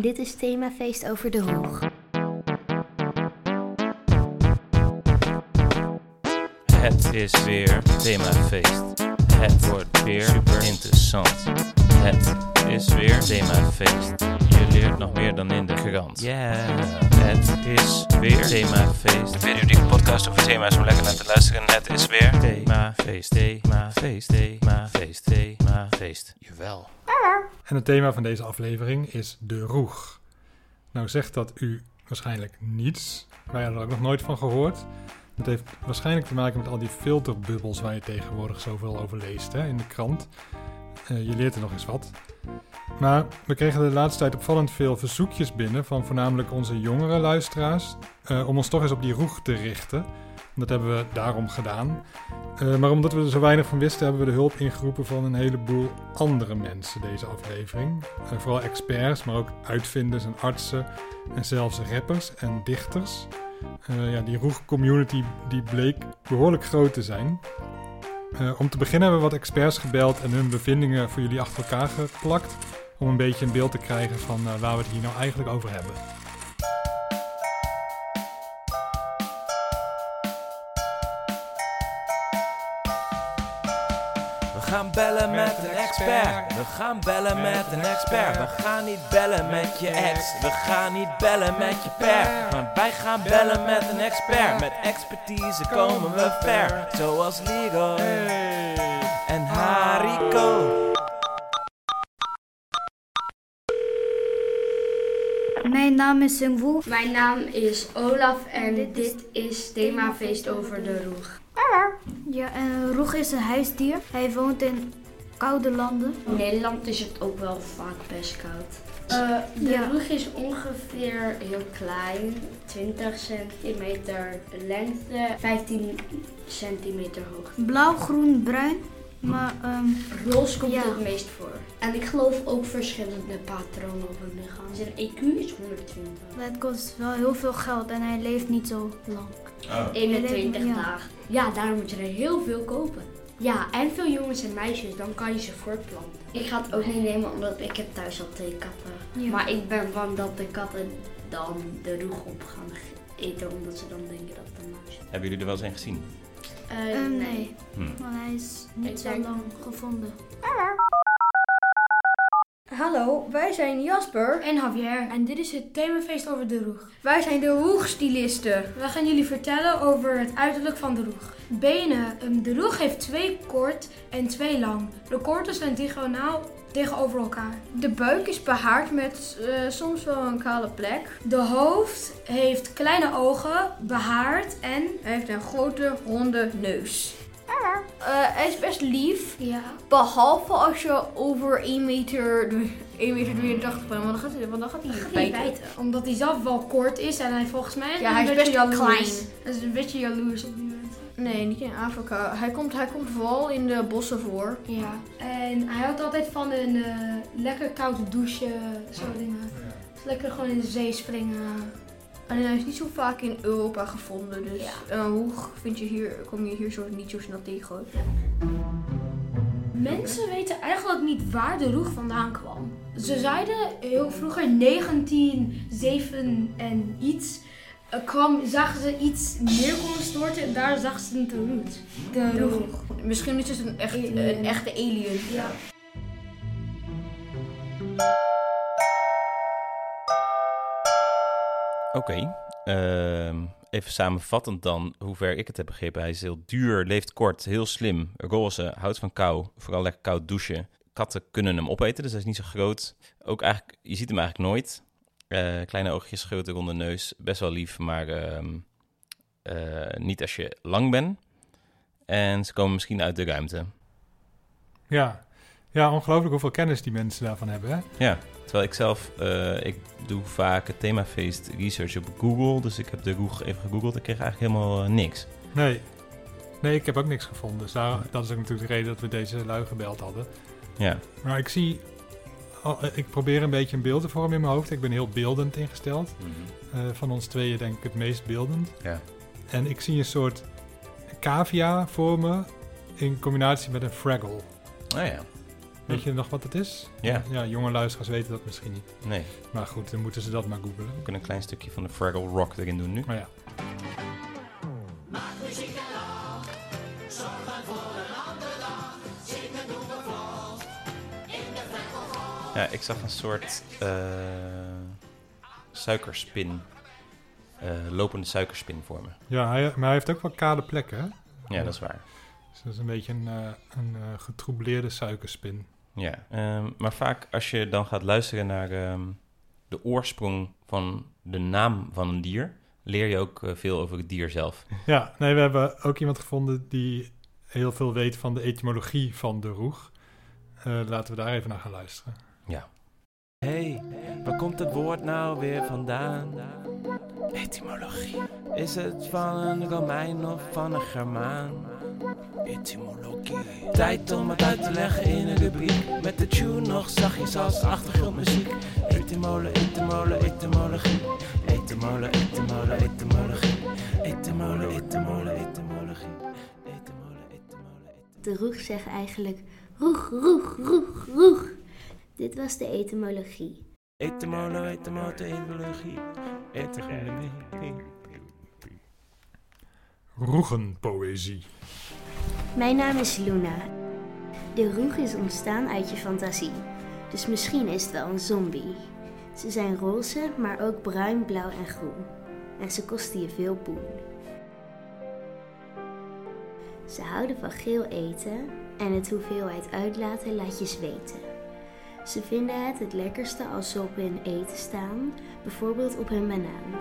Dit is themafeest over de hoog. Het is weer themafeest. Het wordt weer super interessant. Het is weer themafeest. Je leert nog meer dan in de krant. Ja. Het is weer themafeest. Periodieke podcast over thema's om lekker naar te luisteren. Het is weer themafeest. Themafeest. Themafeest. Themafeest. Jawel. En het thema van deze aflevering is de roeg. Nou zegt dat u waarschijnlijk niets. Wij hadden er ook nog nooit van gehoord. Het heeft waarschijnlijk te maken met al die filterbubbels waar je tegenwoordig zoveel over leest hè, in de krant. Eh, je leert er nog eens wat. Maar Nou, we kregen de laatste tijd opvallend veel verzoekjes binnen van voornamelijk onze jongere luisteraars. eh, om ons toch eens op die roeg te richten. Dat hebben we daarom gedaan. Eh, maar omdat we er zo weinig van wisten, hebben we de hulp ingeroepen van een heleboel andere mensen deze aflevering. Eh, vooral experts, maar ook uitvinders en artsen. En zelfs rappers en dichters. Eh, ja, die roeg-community die bleek behoorlijk groot te zijn. Eh, om te beginnen hebben we wat experts gebeld en hun bevindingen voor jullie achter elkaar geplakt. Om een beetje een beeld te krijgen van eh, waar we het hier nou eigenlijk over hebben. We gaan bellen met een expert. We gaan bellen met een expert. We gaan niet bellen met je ex. We gaan niet bellen met je per. Maar wij gaan bellen met een expert. Met expertise komen we ver. Zoals Ligo en Hariko. Mijn naam is Sungwoo. Mijn naam is Olaf en dit is themafeest over de roeg. Ja, en Roeg is een huisdier. Hij woont in koude landen. In Nederland is het ook wel vaak best koud. Eh, de ja. roeg is ongeveer heel klein, 20 centimeter lengte, 15 centimeter hoog. Blauw, groen, bruin. Maar ehm, Roze komt Ja. het meest voor. En ik geloof ook verschillende patronen op hun lichaam. Zijn EQ is 120. het kost wel heel veel geld en hij leeft niet zo lang. 21 Ja. dagen. Ja, daarom moet je er heel veel kopen. Ja, en veel jongens en meisjes, dan kan je ze voortplanten. Ik ga het ook niet nemen, omdat ik heb thuis al twee katten. Ja. Maar ik ben bang dat de katten dan de roeg op gaan eten, omdat ze dan denken dat het een muis is. Hebben jullie er wel eens een gezien? Ehm, nee, Hmm. want hij is niet Eh, Ik zo denk- lang gevonden. Hallo, wij zijn Jasper. En Javier. En dit is het themafeest over de roeg. Wij zijn de roegstylisten. Wij gaan jullie vertellen over het uiterlijk van de roeg. Benen. Ehm, De roeg heeft twee kort en twee lang. De korten zijn diagonaal tegenover elkaar. De buik is behaard met eh, soms wel een kale plek. De hoofd heeft kleine ogen, behaard en... Hij heeft een grote ronde neus. Eh, hij is best lief, Ja. behalve als je over 1 meter, 1 meter 83 bent, want dan gaat hij, want dan gaat hij je bijten. Omdat hij zelf wel kort is en hij volgens mij... Ja, hij is best jaloers. klein. Hij is een beetje jaloers op die mensen. Nee, niet in Afrika. Hij komt, hij komt vooral in de bossen voor. Ja. En hij houdt altijd van een eh, lekker koude douche, zo dingen. Dus lekker gewoon in de zee springen. Alleen hij is niet zo vaak in Europa gevonden, dus Ja. eh, hoe vind je hier, kom je hier zo, niet zo snel tegen. Mensen weten eigenlijk niet waar de roeg vandaan kwam. Ze zeiden heel vroeger 1907 en iets. eh, Kwam, zagen ze iets meer komen storten en daar zagen ze het roet. De roeg. Misschien is het een, echt, Alien. een echte alien. Ja. Oké, ehm, even samenvattend dan, hoe ver ik het heb begrepen. Hij is heel duur, leeft kort, heel slim, roze, houdt van kou, vooral lekker koud douchen. Katten kunnen hem opeten, dus hij is niet zo groot. Ook eigenlijk, je ziet hem eigenlijk nooit. Eh, kleine oogjes, grote ronde neus, best wel lief, maar ehm, eh, niet als je lang bent. En ze komen misschien uit de ruimte. Ja, ja ongelooflijk hoeveel kennis die mensen daarvan hebben. Hè? Ja, terwijl ik zelf, eh, ik doe vaak het themafeest research op Google. Dus ik heb de roeg even gegoogeld. Ik kreeg eigenlijk helemaal eh, niks. Nee. nee, ik heb ook niks gevonden. Dus daar, dat is ook natuurlijk de reden dat we deze lui gebeld hadden. Ja, Maar ik zie, al- eh, ik probeer een beetje een beeld te vormen in mijn hoofd. Ik ben heel beeldend ingesteld. Eh, van ons tweeën denk ik het meest beeldend. Mhm. Ja. En ik zie een soort cavia voor me in combinatie met een fraggle. oh ja. Weet je nog wat het is? Ja. Ja, jonge luisteraars weten dat misschien niet. Nee, Maar goed, dan moeten ze dat maar googelen. we kunnen een klein stukje van de Fraggle Rock erin doen nu. Maar ja. Ja, ik zag een soort eh, suikerspin. eh, lopende suikerspin voor me. Ja, hij, maar hij heeft ook wel kale plekken, hè? Ja, dat is waar. Dus dat is een beetje een, eh, een eh, getroubleerde suikerspin. Ja, ehm, maar vaak als je dan gaat luisteren naar ehm, de oorsprong van de naam van een dier, leer je ook eh, veel over het dier zelf. Ja, nee, we hebben ook iemand gevonden die heel veel weet van de etymologie van de roeg. Eh, laten we daar even naar gaan luisteren. hey, waar komt dat woord nou weer vandaan? Etymologie. Is het van een Romein of van een Germaan? Etymologie. Tijd om het uit te leggen in een rubriek. Met de tune nog zachtjes als achtergrondmuziek. Etymolen, etymolen, etymologie. Etymolen, etymolen, etymologie. Etymolen, etymolen, etymologie. Etymolen, etymolen, etymologie. De roeg zegt eigenlijk roeg, roeg, roeg, roeg. Dit was de etymologie. Etymolo, etymote, etymologie. Etymologie. Roegenpoëzie. Mijn naam is Luna. De roeg is ontstaan uit je fantasie. Dus misschien is het wel een zombie. Ze zijn roze, maar ook bruin, blauw en groen. En ze kosten je veel poen. Ze houden van geel eten en het hoeveelheid uitlaten laat je zweten. Ze vinden het het lekkerste als ze op hun eten staan, bijvoorbeeld op hun banaan.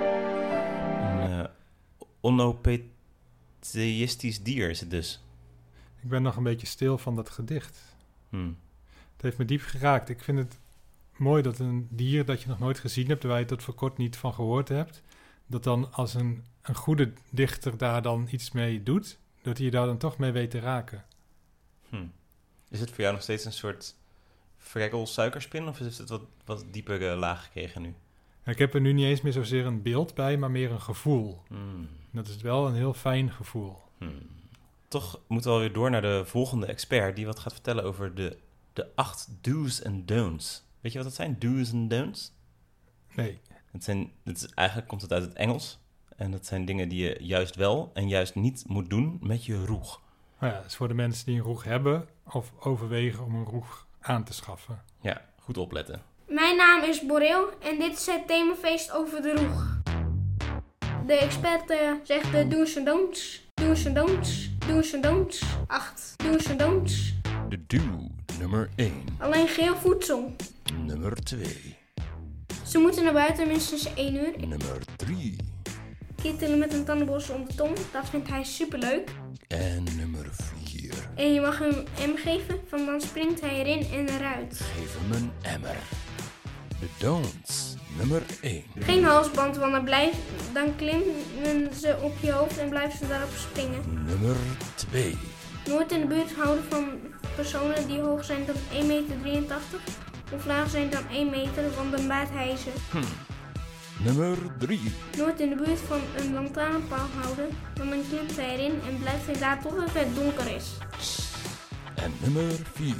Een eh, onopetheïstisch dier is het dus. Ik ben nog een beetje stil van dat gedicht. Hm. Het heeft me diep geraakt. Ik vind het mooi dat een dier dat je nog nooit gezien hebt, waar je tot voor kort niet van gehoord hebt, dat dan als een, een goede dichter daar dan iets mee doet, dat hij je daar dan toch mee weet te raken. Hm. Is het voor jou nog steeds een soort Fraggle suikerspin of is het wat, wat diepere laag gekregen nu? Ik heb er nu niet eens meer zozeer een beeld bij, maar meer een gevoel. Hm. Dat is wel een heel fijn gevoel. Hmm. Toch moeten we alweer door naar de volgende expert die wat gaat vertellen over de, de acht do's en don'ts. Weet je wat dat zijn? Do's en don'ts? Nee. Het zijn, het is, eigenlijk komt het uit het Engels. En dat zijn dingen die je juist wel en juist niet moet doen met je roeg. Maar Nou ja, het is voor de mensen die een roeg hebben of overwegen om een roeg aan te schaffen. Ja, goed opletten. Mijn naam is Boreel en dit is het themafeest over de roeg. De expert eh, zegt de do's en don'ts. Do's en don'ts. Do's en don'ts. Acht. Do's en don'ts. De do nummer 1, Alleen geel voedsel. nummer 2, Ze moeten naar buiten minstens 1 uur. nummer 3 Kittelen met een tandenborstel om de tong. Dat vindt hij superleuk. en nummer 4. En je mag hem hem geven, want dan springt hij erin en eruit. Geef hem een emmer. De don'ts nummer 1. Geen halsband, want dan, blijf, dan klimmen ze op je hoofd en blijven ze daarop springen. Nummer 2. Nooit in de buurt houden van personen die hoog zijn dan 1,83 meter of laag zijn dan 1 meter, want dan baat hij ze. Hm. Nummer 3. Nooit in de buurt van een lantaarnpaal houden, want dan klimt hij erin en blijft hij daar totdat het donker is. En nummer 4.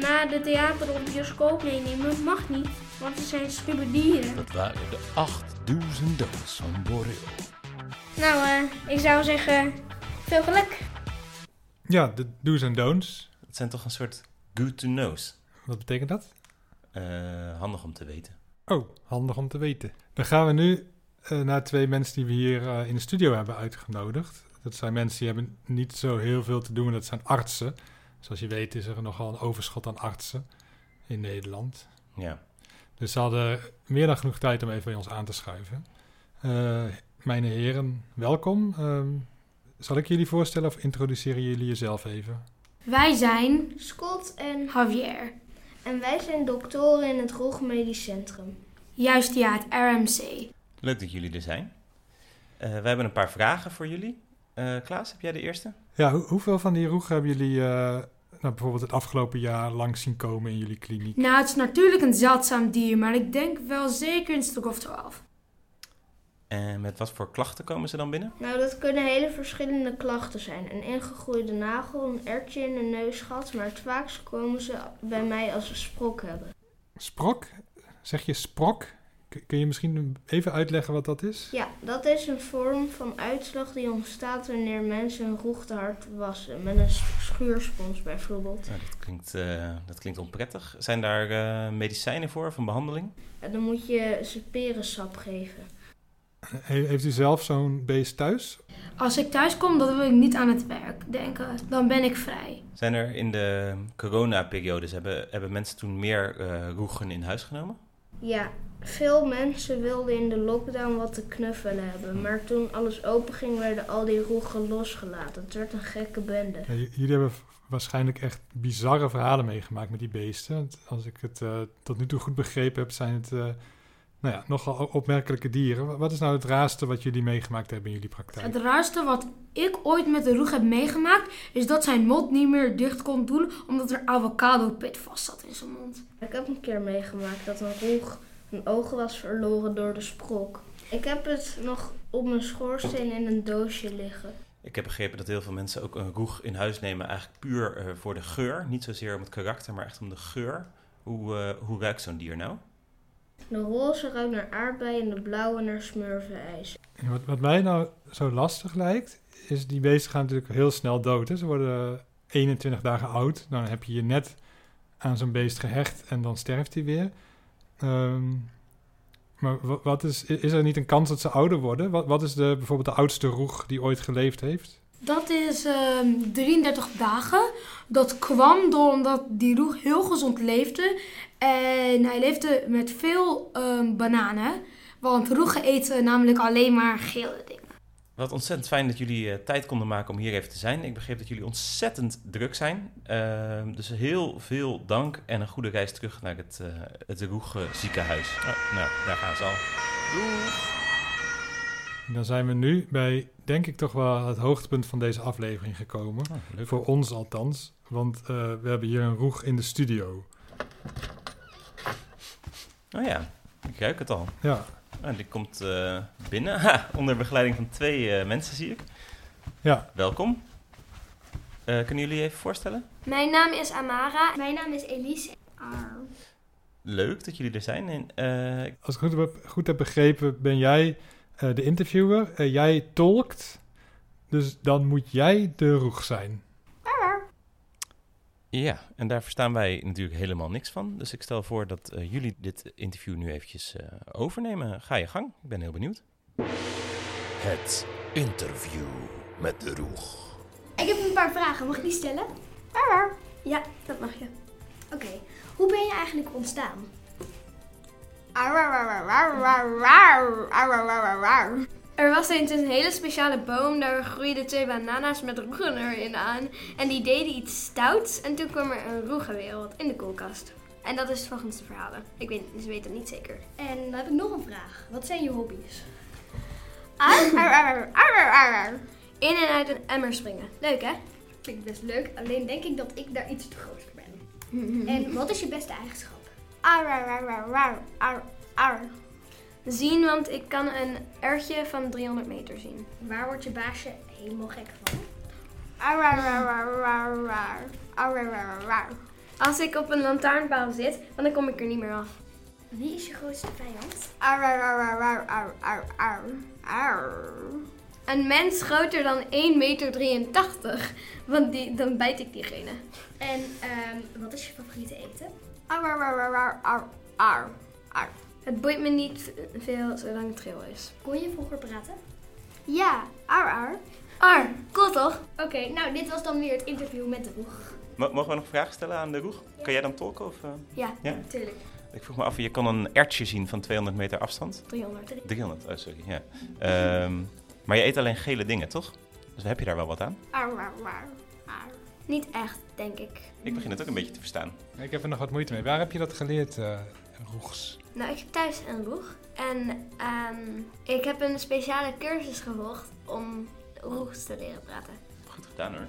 Naar de theater of bioscoop meenemen mag niet, want ze zijn schuwe dieren. Dat waren de 8000 dans van Borrel. Nou, eh, ik zou zeggen, veel geluk! Ja, de do's en don'ts. Het zijn toch een soort good to know's. Wat betekent dat? Eh, handig om te weten. Oh, handig om te weten. Dan gaan we nu eh, naar twee mensen die we hier eh, in de studio hebben uitgenodigd. Dat zijn mensen die hebben niet zo heel veel te doen, dat zijn artsen. Zoals je weet is er nogal een overschot aan artsen in Nederland. Ja. Dus ze hadden meer dan genoeg tijd om even bij ons aan te schuiven. Eh mijn heren, welkom. Ehm, zal ik jullie voorstellen of introduceren jullie jezelf even? Wij zijn Scott en... Javier. En wij zijn doktoren in het Roeg Medisch Centrum. Juist ja, het RMC. Leuk dat jullie er zijn. Eh we hebben een paar vragen voor jullie. Eh, Klaas, heb jij de eerste? Ja, hoe- hoeveel van die roegen hebben jullie eh, nou, bijvoorbeeld het afgelopen jaar langs zien komen in jullie kliniek? Nou, het is natuurlijk een zeldzaam dier, maar ik denk wel zeker een stuk of twaalf. En met wat voor klachten komen ze dan binnen? Nou, dat kunnen hele verschillende klachten zijn. Een ingegroeide nagel, een ertje in een neusgat, maar het vaakst komen ze bij mij als ze sprok hebben. Sprok? Zeg je sprok? K- kun je misschien even uitleggen wat dat is? Ja, dat is een vorm van uitslag die ontstaat wanneer mensen hun roeg te hard wassen. Met een s- schuurspons bijvoorbeeld. Nou, dat, klinkt, eh, dat klinkt onprettig. Zijn daar eh, medicijnen voor, van behandeling? En dan moet je ze perensap geven. He- heeft u zelf zo'n beest thuis? Als ik thuis kom, dan wil ik niet aan het werk denken. Dan ben ik vrij. Zijn er in de coronaperiodes, hebben, hebben mensen toen meer eh, roegen in huis genomen? Ja, veel mensen wilden in de lockdown wat te knuffelen hebben. Maar toen alles openging, werden al die roegen losgelaten. Het werd een gekke bende. Ja, j- jullie hebben v- waarschijnlijk echt bizarre verhalen meegemaakt met die beesten. Want als ik het eh, tot nu toe goed begrepen heb, zijn het eh, nou ja, nogal o- opmerkelijke dieren. Wa- Wat is nou het raarste wat jullie meegemaakt hebben in jullie praktijk? Het raarste wat ik ooit met de roeg heb meegemaakt, is dat zijn mond niet meer dicht kon doen, omdat er avocadopit vast zat in zijn mond. Ik heb een keer meegemaakt dat een roeg een oog was verloren door de sprok. Ik heb het nog op mijn schoorsteen in een doosje liggen. Ik heb begrepen dat heel veel mensen ook een roeg in huis nemen, eigenlijk puur eh, voor de geur. Niet zozeer om het karakter, maar echt om de geur. Hoe, eh, hoe ruikt zo'n dier nou? De roze ruikt naar aardbei en de blauwe naar smurvenijs. En Wat, wat mij nou zo lastig lijkt, is die beesten gaan natuurlijk heel snel dood. Hè? Ze worden 21 dagen oud. Nou, Dan heb je je net aan zo'n beest gehecht en dan sterft hij weer. Ehm, maar wa- wat is, i- is er niet een kans dat ze ouder worden? Wat, wat is de, bijvoorbeeld de oudste roeg die ooit geleefd heeft? Dat is ehm, 33 dagen. Dat kwam door omdat die roeg heel gezond leefde. En hij leefde met veel ehm, bananen. Want roegen eten namelijk alleen maar gele dingen. Wat ontzettend fijn dat jullie eh, tijd konden maken om hier even te zijn. Ik begreep dat jullie ontzettend druk zijn. Ehm, dus heel veel dank en een goede reis terug naar het, eh het Roege ziekenhuis. Ah, nou, daar gaan ze al. Dan zijn we nu bij, denk ik, toch wel het hoogtepunt van deze aflevering gekomen. Ah, leuk. Voor ons althans, want eh, we hebben hier een roeg in de studio. Oh ja, ik ruik het al. Ja, Ah, die komt eh, binnen. Ha, onder begeleiding van twee eh, mensen zie ik. ja. Welkom. Eh, kunnen jullie je even voorstellen? Mijn naam is Amara. Mijn naam is Elise. Leuk dat jullie er zijn. En, eh, ik- Als ik goed heb, goed heb begrepen, ben jij eh, de interviewer. Eh, jij tolkt. Dus dan moet jij de roeg zijn. ja, en daar verstaan wij natuurlijk helemaal niks van. Dus ik stel voor dat eh, jullie dit interview nu eventjes eh, overnemen. Ga je gang, ik ben heel benieuwd. Het interview met de roeg. Ik heb een paar vragen. Mag ik die stellen? Ja, dat mag je. Oké. Hoe ben je eigenlijk ontstaan? Er was eens een hele speciale boom, daar groeiden twee banana's met roegen erin aan. En die deden iets stouts en toen kwam er een roegenwereld in de koelkast. En dat is volgens de verhalen. Ik weet, ze weten het niet zeker. En dan heb ik nog een vraag. Wat zijn je hobby's? Ah, In en uit een emmer springen. Leuk hè? Klinkt best leuk, alleen denk ik dat ik daar iets te groot voor ben. En wat is je beste eigenschap? Zien, want ik kan een ertje van 300 meter zien. Waar wordt je baasje helemaal gek van? Als ik op een lantaarnpaal zit, dan kom ik er niet meer af. Wie is je grootste vijand? Een mens groter dan 1,83 meter, want die, dan bijt ik diegene. En ehm, wat is je favoriete eten? Het boeit me niet v- veel zolang het geel is. Kon je vroeger praten? Ja, ar ar. Ar, cool toch? Oké, nou dit was dan weer het interview met de roeg. Mo- mogen we nog vragen stellen aan de roeg? Kan jij dan tolken? Of, eh? Ja, Ja. natuurlijk. Ik vroeg me af, je kan een ertje zien van 200 meter afstand. 300. 300, oh sorry, ja. Ehm, maar je eet alleen gele dingen, toch? Dus heb je daar wel wat aan? Niet echt, denk ik. Ik begin het ook een beetje te verstaan. Ik heb er nog wat moeite mee. Waar heb je dat geleerd, eh, roegs? Nou, ik heb thuis een roeg. En ehm, ik heb een speciale cursus gevolgd om roegs te leren praten. Goed gedaan hoor.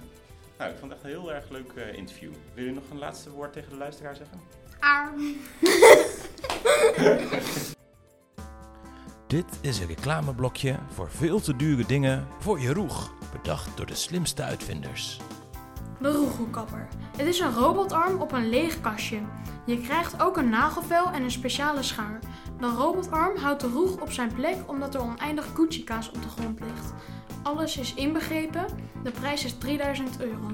Nou, ik vond het echt een heel erg leuk eh, interview. Wil je nog een laatste woord tegen de luisteraar zeggen? Dit is een reclameblokje voor veel te dure dingen voor je roeg. Bedacht door de slimste uitvinders. De roegelkapper. Het is een robotarm op een leeg kastje. Je krijgt ook een nagelvel en een speciale schaar. De robotarm houdt de roeg op zijn plek omdat er oneindig Gucci-kaas op de grond ligt. Alles is inbegrepen. De prijs is 3000 euro.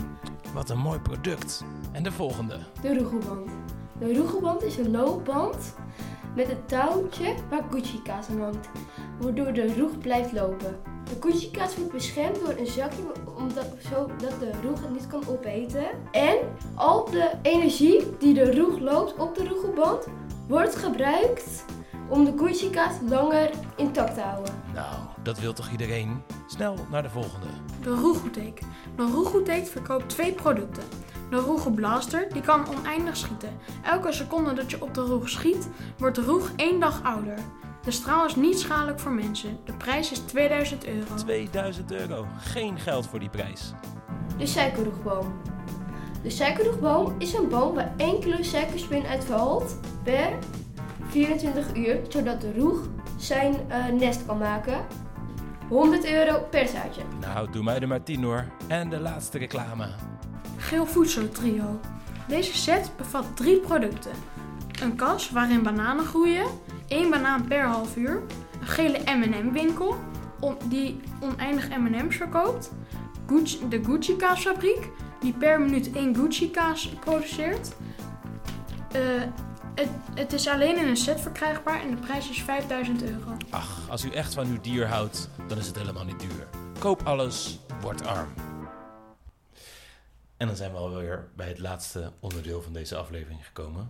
Wat een mooi product. En de volgende. De roegelband. De roegelband is een loopband met een touwtje waar Gucci-kaas aan hangt, waardoor de roeg blijft lopen. De Gucci-kaas wordt beschermd door een zakje omdat, zodat de roeg het niet kan opeten. En al de energie die de roeg loopt op de roegelband wordt gebruikt om de Gucci-kaas langer intact te houden. Nou, dat wil toch iedereen? Snel naar de volgende. De Roegoetheek. De Roegoetheek verkoopt twee producten. De Roegelblaster, die kan oneindig schieten. Elke seconde dat je op de roeg schiet, wordt de roeg één dag ouder. De straal is niet schadelijk voor mensen. De prijs is 2000 euro. 2000 euro. Geen geld voor die prijs. De suikerroegboom. De suikerroegboom is een boom waar enkele suikerspin uit valt per 24 uur, zodat de roeg zijn eh, nest kan maken. 100 euro per zaadje. Nou, doe mij er maar 10 hoor. En de laatste reclame. Geel voedseltrio. Deze set bevat drie producten. Een kas waarin bananen groeien, één banaan per half uur, een gele M&M winkel on- die oneindig M&M's verkoopt, Gucci- de Gucci kaasfabriek die per minuut één Gucci kaas produceert. Eh, het, het is alleen in een set verkrijgbaar en de prijs is 5000 euro. Ach, als u echt van uw dier houdt, dan is het helemaal niet duur. Koop alles, word arm. En dan zijn we alweer bij het laatste onderdeel van deze aflevering gekomen.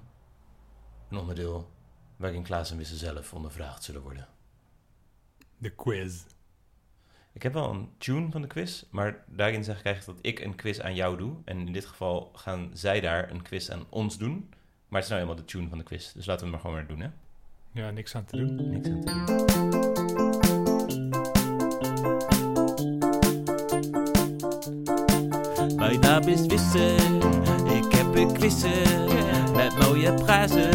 Een onderdeel waarin Klaas en Wisse zelf ondervraagd zullen worden. De quiz. Ik heb wel een tune van de quiz, maar daarin zeg ik eigenlijk dat ik een quiz aan jou doe. En in dit geval gaan zij daar een quiz aan ons doen. Maar het is nou helemaal de tune van de quiz, dus laten we hem maar gewoon weer doen, hè? Ja, niks aan te doen. Niks aan te doen. Mijn naam is Wisse, ik heb een quizzen met mooie prijzen.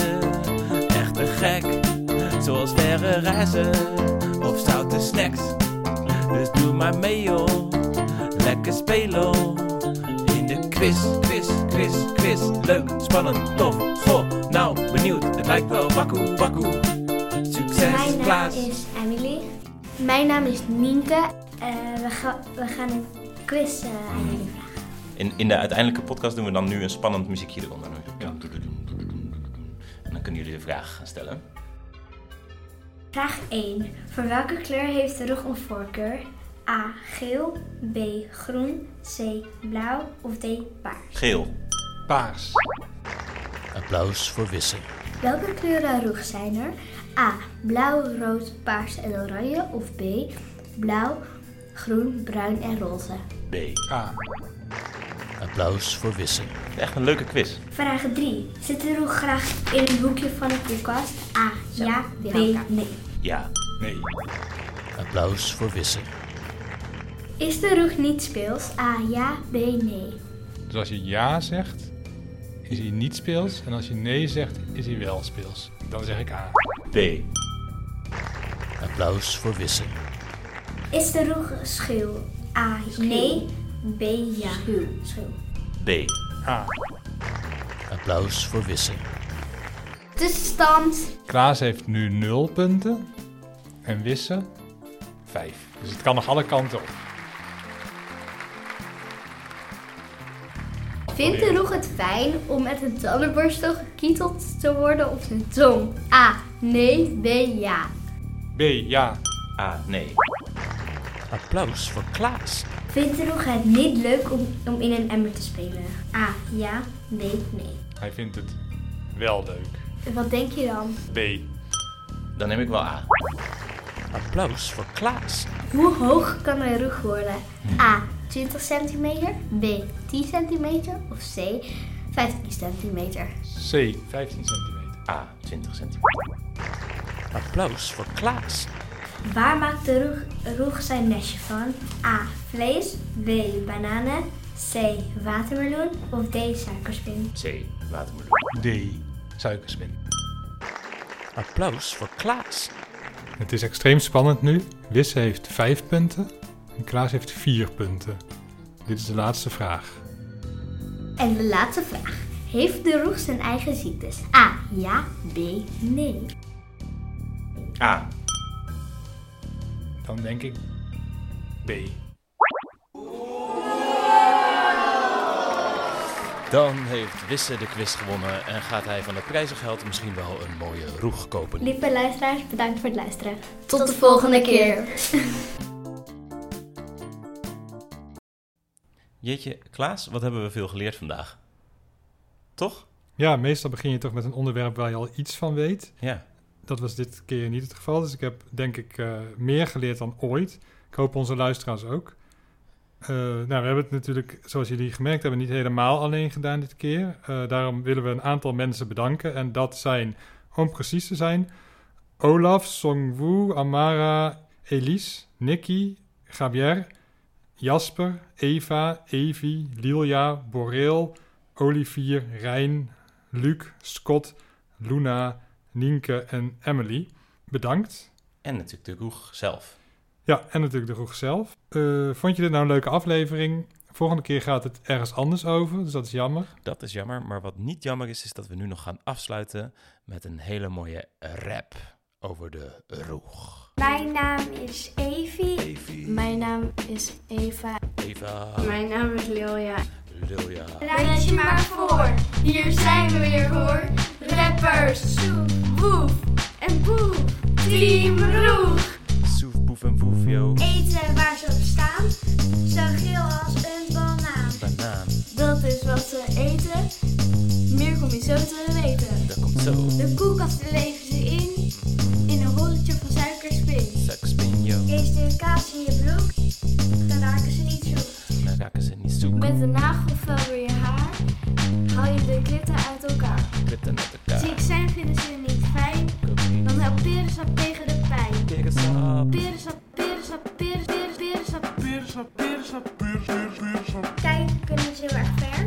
Echt een gek, zoals verre reizen of zoute snacks. Dus doe maar mee joh, lekker spelen in de quiz, quiz, quiz, quiz. Leuk, spannend, tof, goh, nou benieuwd, het lijkt wel wakkoe, wakkoe. Succes, Mijn naam Klaas. is Emily. Mijn naam is Nienke. Eh, we, gaan een quiz eh, aan Hmm. jullie vragen. In, in de uiteindelijke podcast doen we dan nu een spannend muziekje eronder. En dan kunnen jullie de vraag gaan stellen. Vraag 1. Voor welke kleur heeft de rug een voorkeur? A. Geel. B. Groen. C. Blauw. Of D. Paars. Geel. Paars. Applaus voor Wissel. Welke kleuren roeg zijn er? A. Blauw, rood, paars en oranje. Of B. Blauw, groen, bruin en roze. B. A. Applaus voor Wissel. Echt een leuke quiz. Vraag 3. Zit de roeg graag in een hoekje van de koelkast? A. Ja. B. Nee. Ja. Nee. Applaus voor Wissel. Is de roeg niet speels? A. Ja. B. Nee. Dus als je ja zegt, is hij niet speels. En als je nee zegt, is hij wel speels. Dan zeg ik A. B. Applaus voor Wissel. Is de roeg schil? A. Nee. B. Ja. Schil. B. A. Applaus voor Wissel. Tussenstand. Klaas heeft nu 0 punten. En Wisse 5. Dus het kan nog alle kanten op. Vindt de roeg het fijn om met een tandenborstel gekieteld te worden op zijn tong? A. Nee. B. Ja. B. Ja. A. Nee. Applaus voor Klaas. Vindt de roeg het niet leuk om, om in een emmer te spelen? A. Ja. B. Nee. Hij vindt het wel leuk. Wat denk je dan? B. Dan neem ik wel A. Applaus voor Klaas. Hoe hoog kan een roeg worden? A. 20 centimeter. B. 10 centimeter. Of C. 15 centimeter. C. 15 centimeter. A. 20 centimeter. Applaus voor Klaas. Waar maakt de roeg, roeg zijn nestje van? A. Vlees. B. Bananen. C. Watermeloen. Of D. Suikerspin. C. Watermeloen. D. Suikerspin. Applaus voor Klaas. Het is extreem spannend nu. Wisse heeft 5 punten en Klaas heeft 4 punten. Dit is de laatste vraag. En de laatste vraag. Heeft de roeg zijn eigen ziektes? A. Ja. B. Nee. A. Dan denk ik B. Dan heeft Wisse de quiz gewonnen en gaat hij van het prijzengeld misschien wel een mooie roeg kopen. Lieve luisteraars, bedankt voor het luisteren. Tot, de volgende keer. Jeetje, Klaas, wat hebben we veel geleerd vandaag? Toch? Ja, meestal begin je toch met een onderwerp waar je al iets van weet. Ja. Dat was dit keer niet het geval, dus ik heb denk ik eh, meer geleerd dan ooit. Ik hoop onze luisteraars ook. Eh, nou, we hebben het natuurlijk, zoals jullie gemerkt hebben, niet helemaal alleen gedaan dit keer. Eh, daarom willen we een aantal mensen bedanken. En dat zijn, om precies te zijn, Olaf, Songwoo, Amara, Elise, Nicky, Javier, Jasper, Eva, Evi, Lilia, Boreel, Olivier, Rijn, Luc, Scott, Luna, Nienke en Emily. Bedankt. En natuurlijk de roeg zelf. Ja, en natuurlijk de roeg zelf. Eh, vond je dit nou een leuke aflevering? Volgende keer gaat het ergens anders over, dus dat is jammer. Dat is jammer, maar wat niet jammer is, is dat we nu nog gaan afsluiten met een hele mooie rap over de roeg. Mijn naam is Evie. Evie. Ah. Mijn naam is Eva. Eva, Mijn naam is Lilja. Lilja. Rijd je maar voor, hier zijn we weer hoor. Rappers, zoef, woef en boef. Team Roeg. Soef, boef en boef, yo. Eten waar ze op staan. Zo geel als een banaan. Banaan, Dat is wat ze eten. Meer kom je zo te weten. dat komt zo. De koelkast leven ze in. In een rolletje van suikerspin. Suckspin, yo. Is de kaas in je broek? Dan raken ze niet zo. Dan raken ze niet zoek. Met een nagelvel door je haar. Haal je de klitten uit elkaar. Klitten met elkaar. Zigzag vinden ze niet fijn. Dan helpt perensap tegen de pijn. Perensap, Perensap. perensap, perensap, perensap. Perensap, perensap, perensap. Kijken kunnen ze heel erg ver.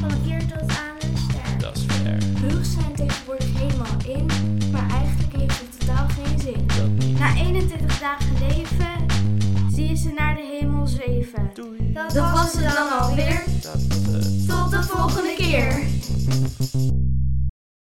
Van een keer tot aan een ster. Dat is fair. Rugs zijn tegenwoordig helemaal in. Maar eigenlijk heeft het totaal geen zin. Dat niet. Na 21 dagen leven zie je ze naar de hemel zweven. Dat was het dan alweer. Dat, eh, Tot de volgende keer.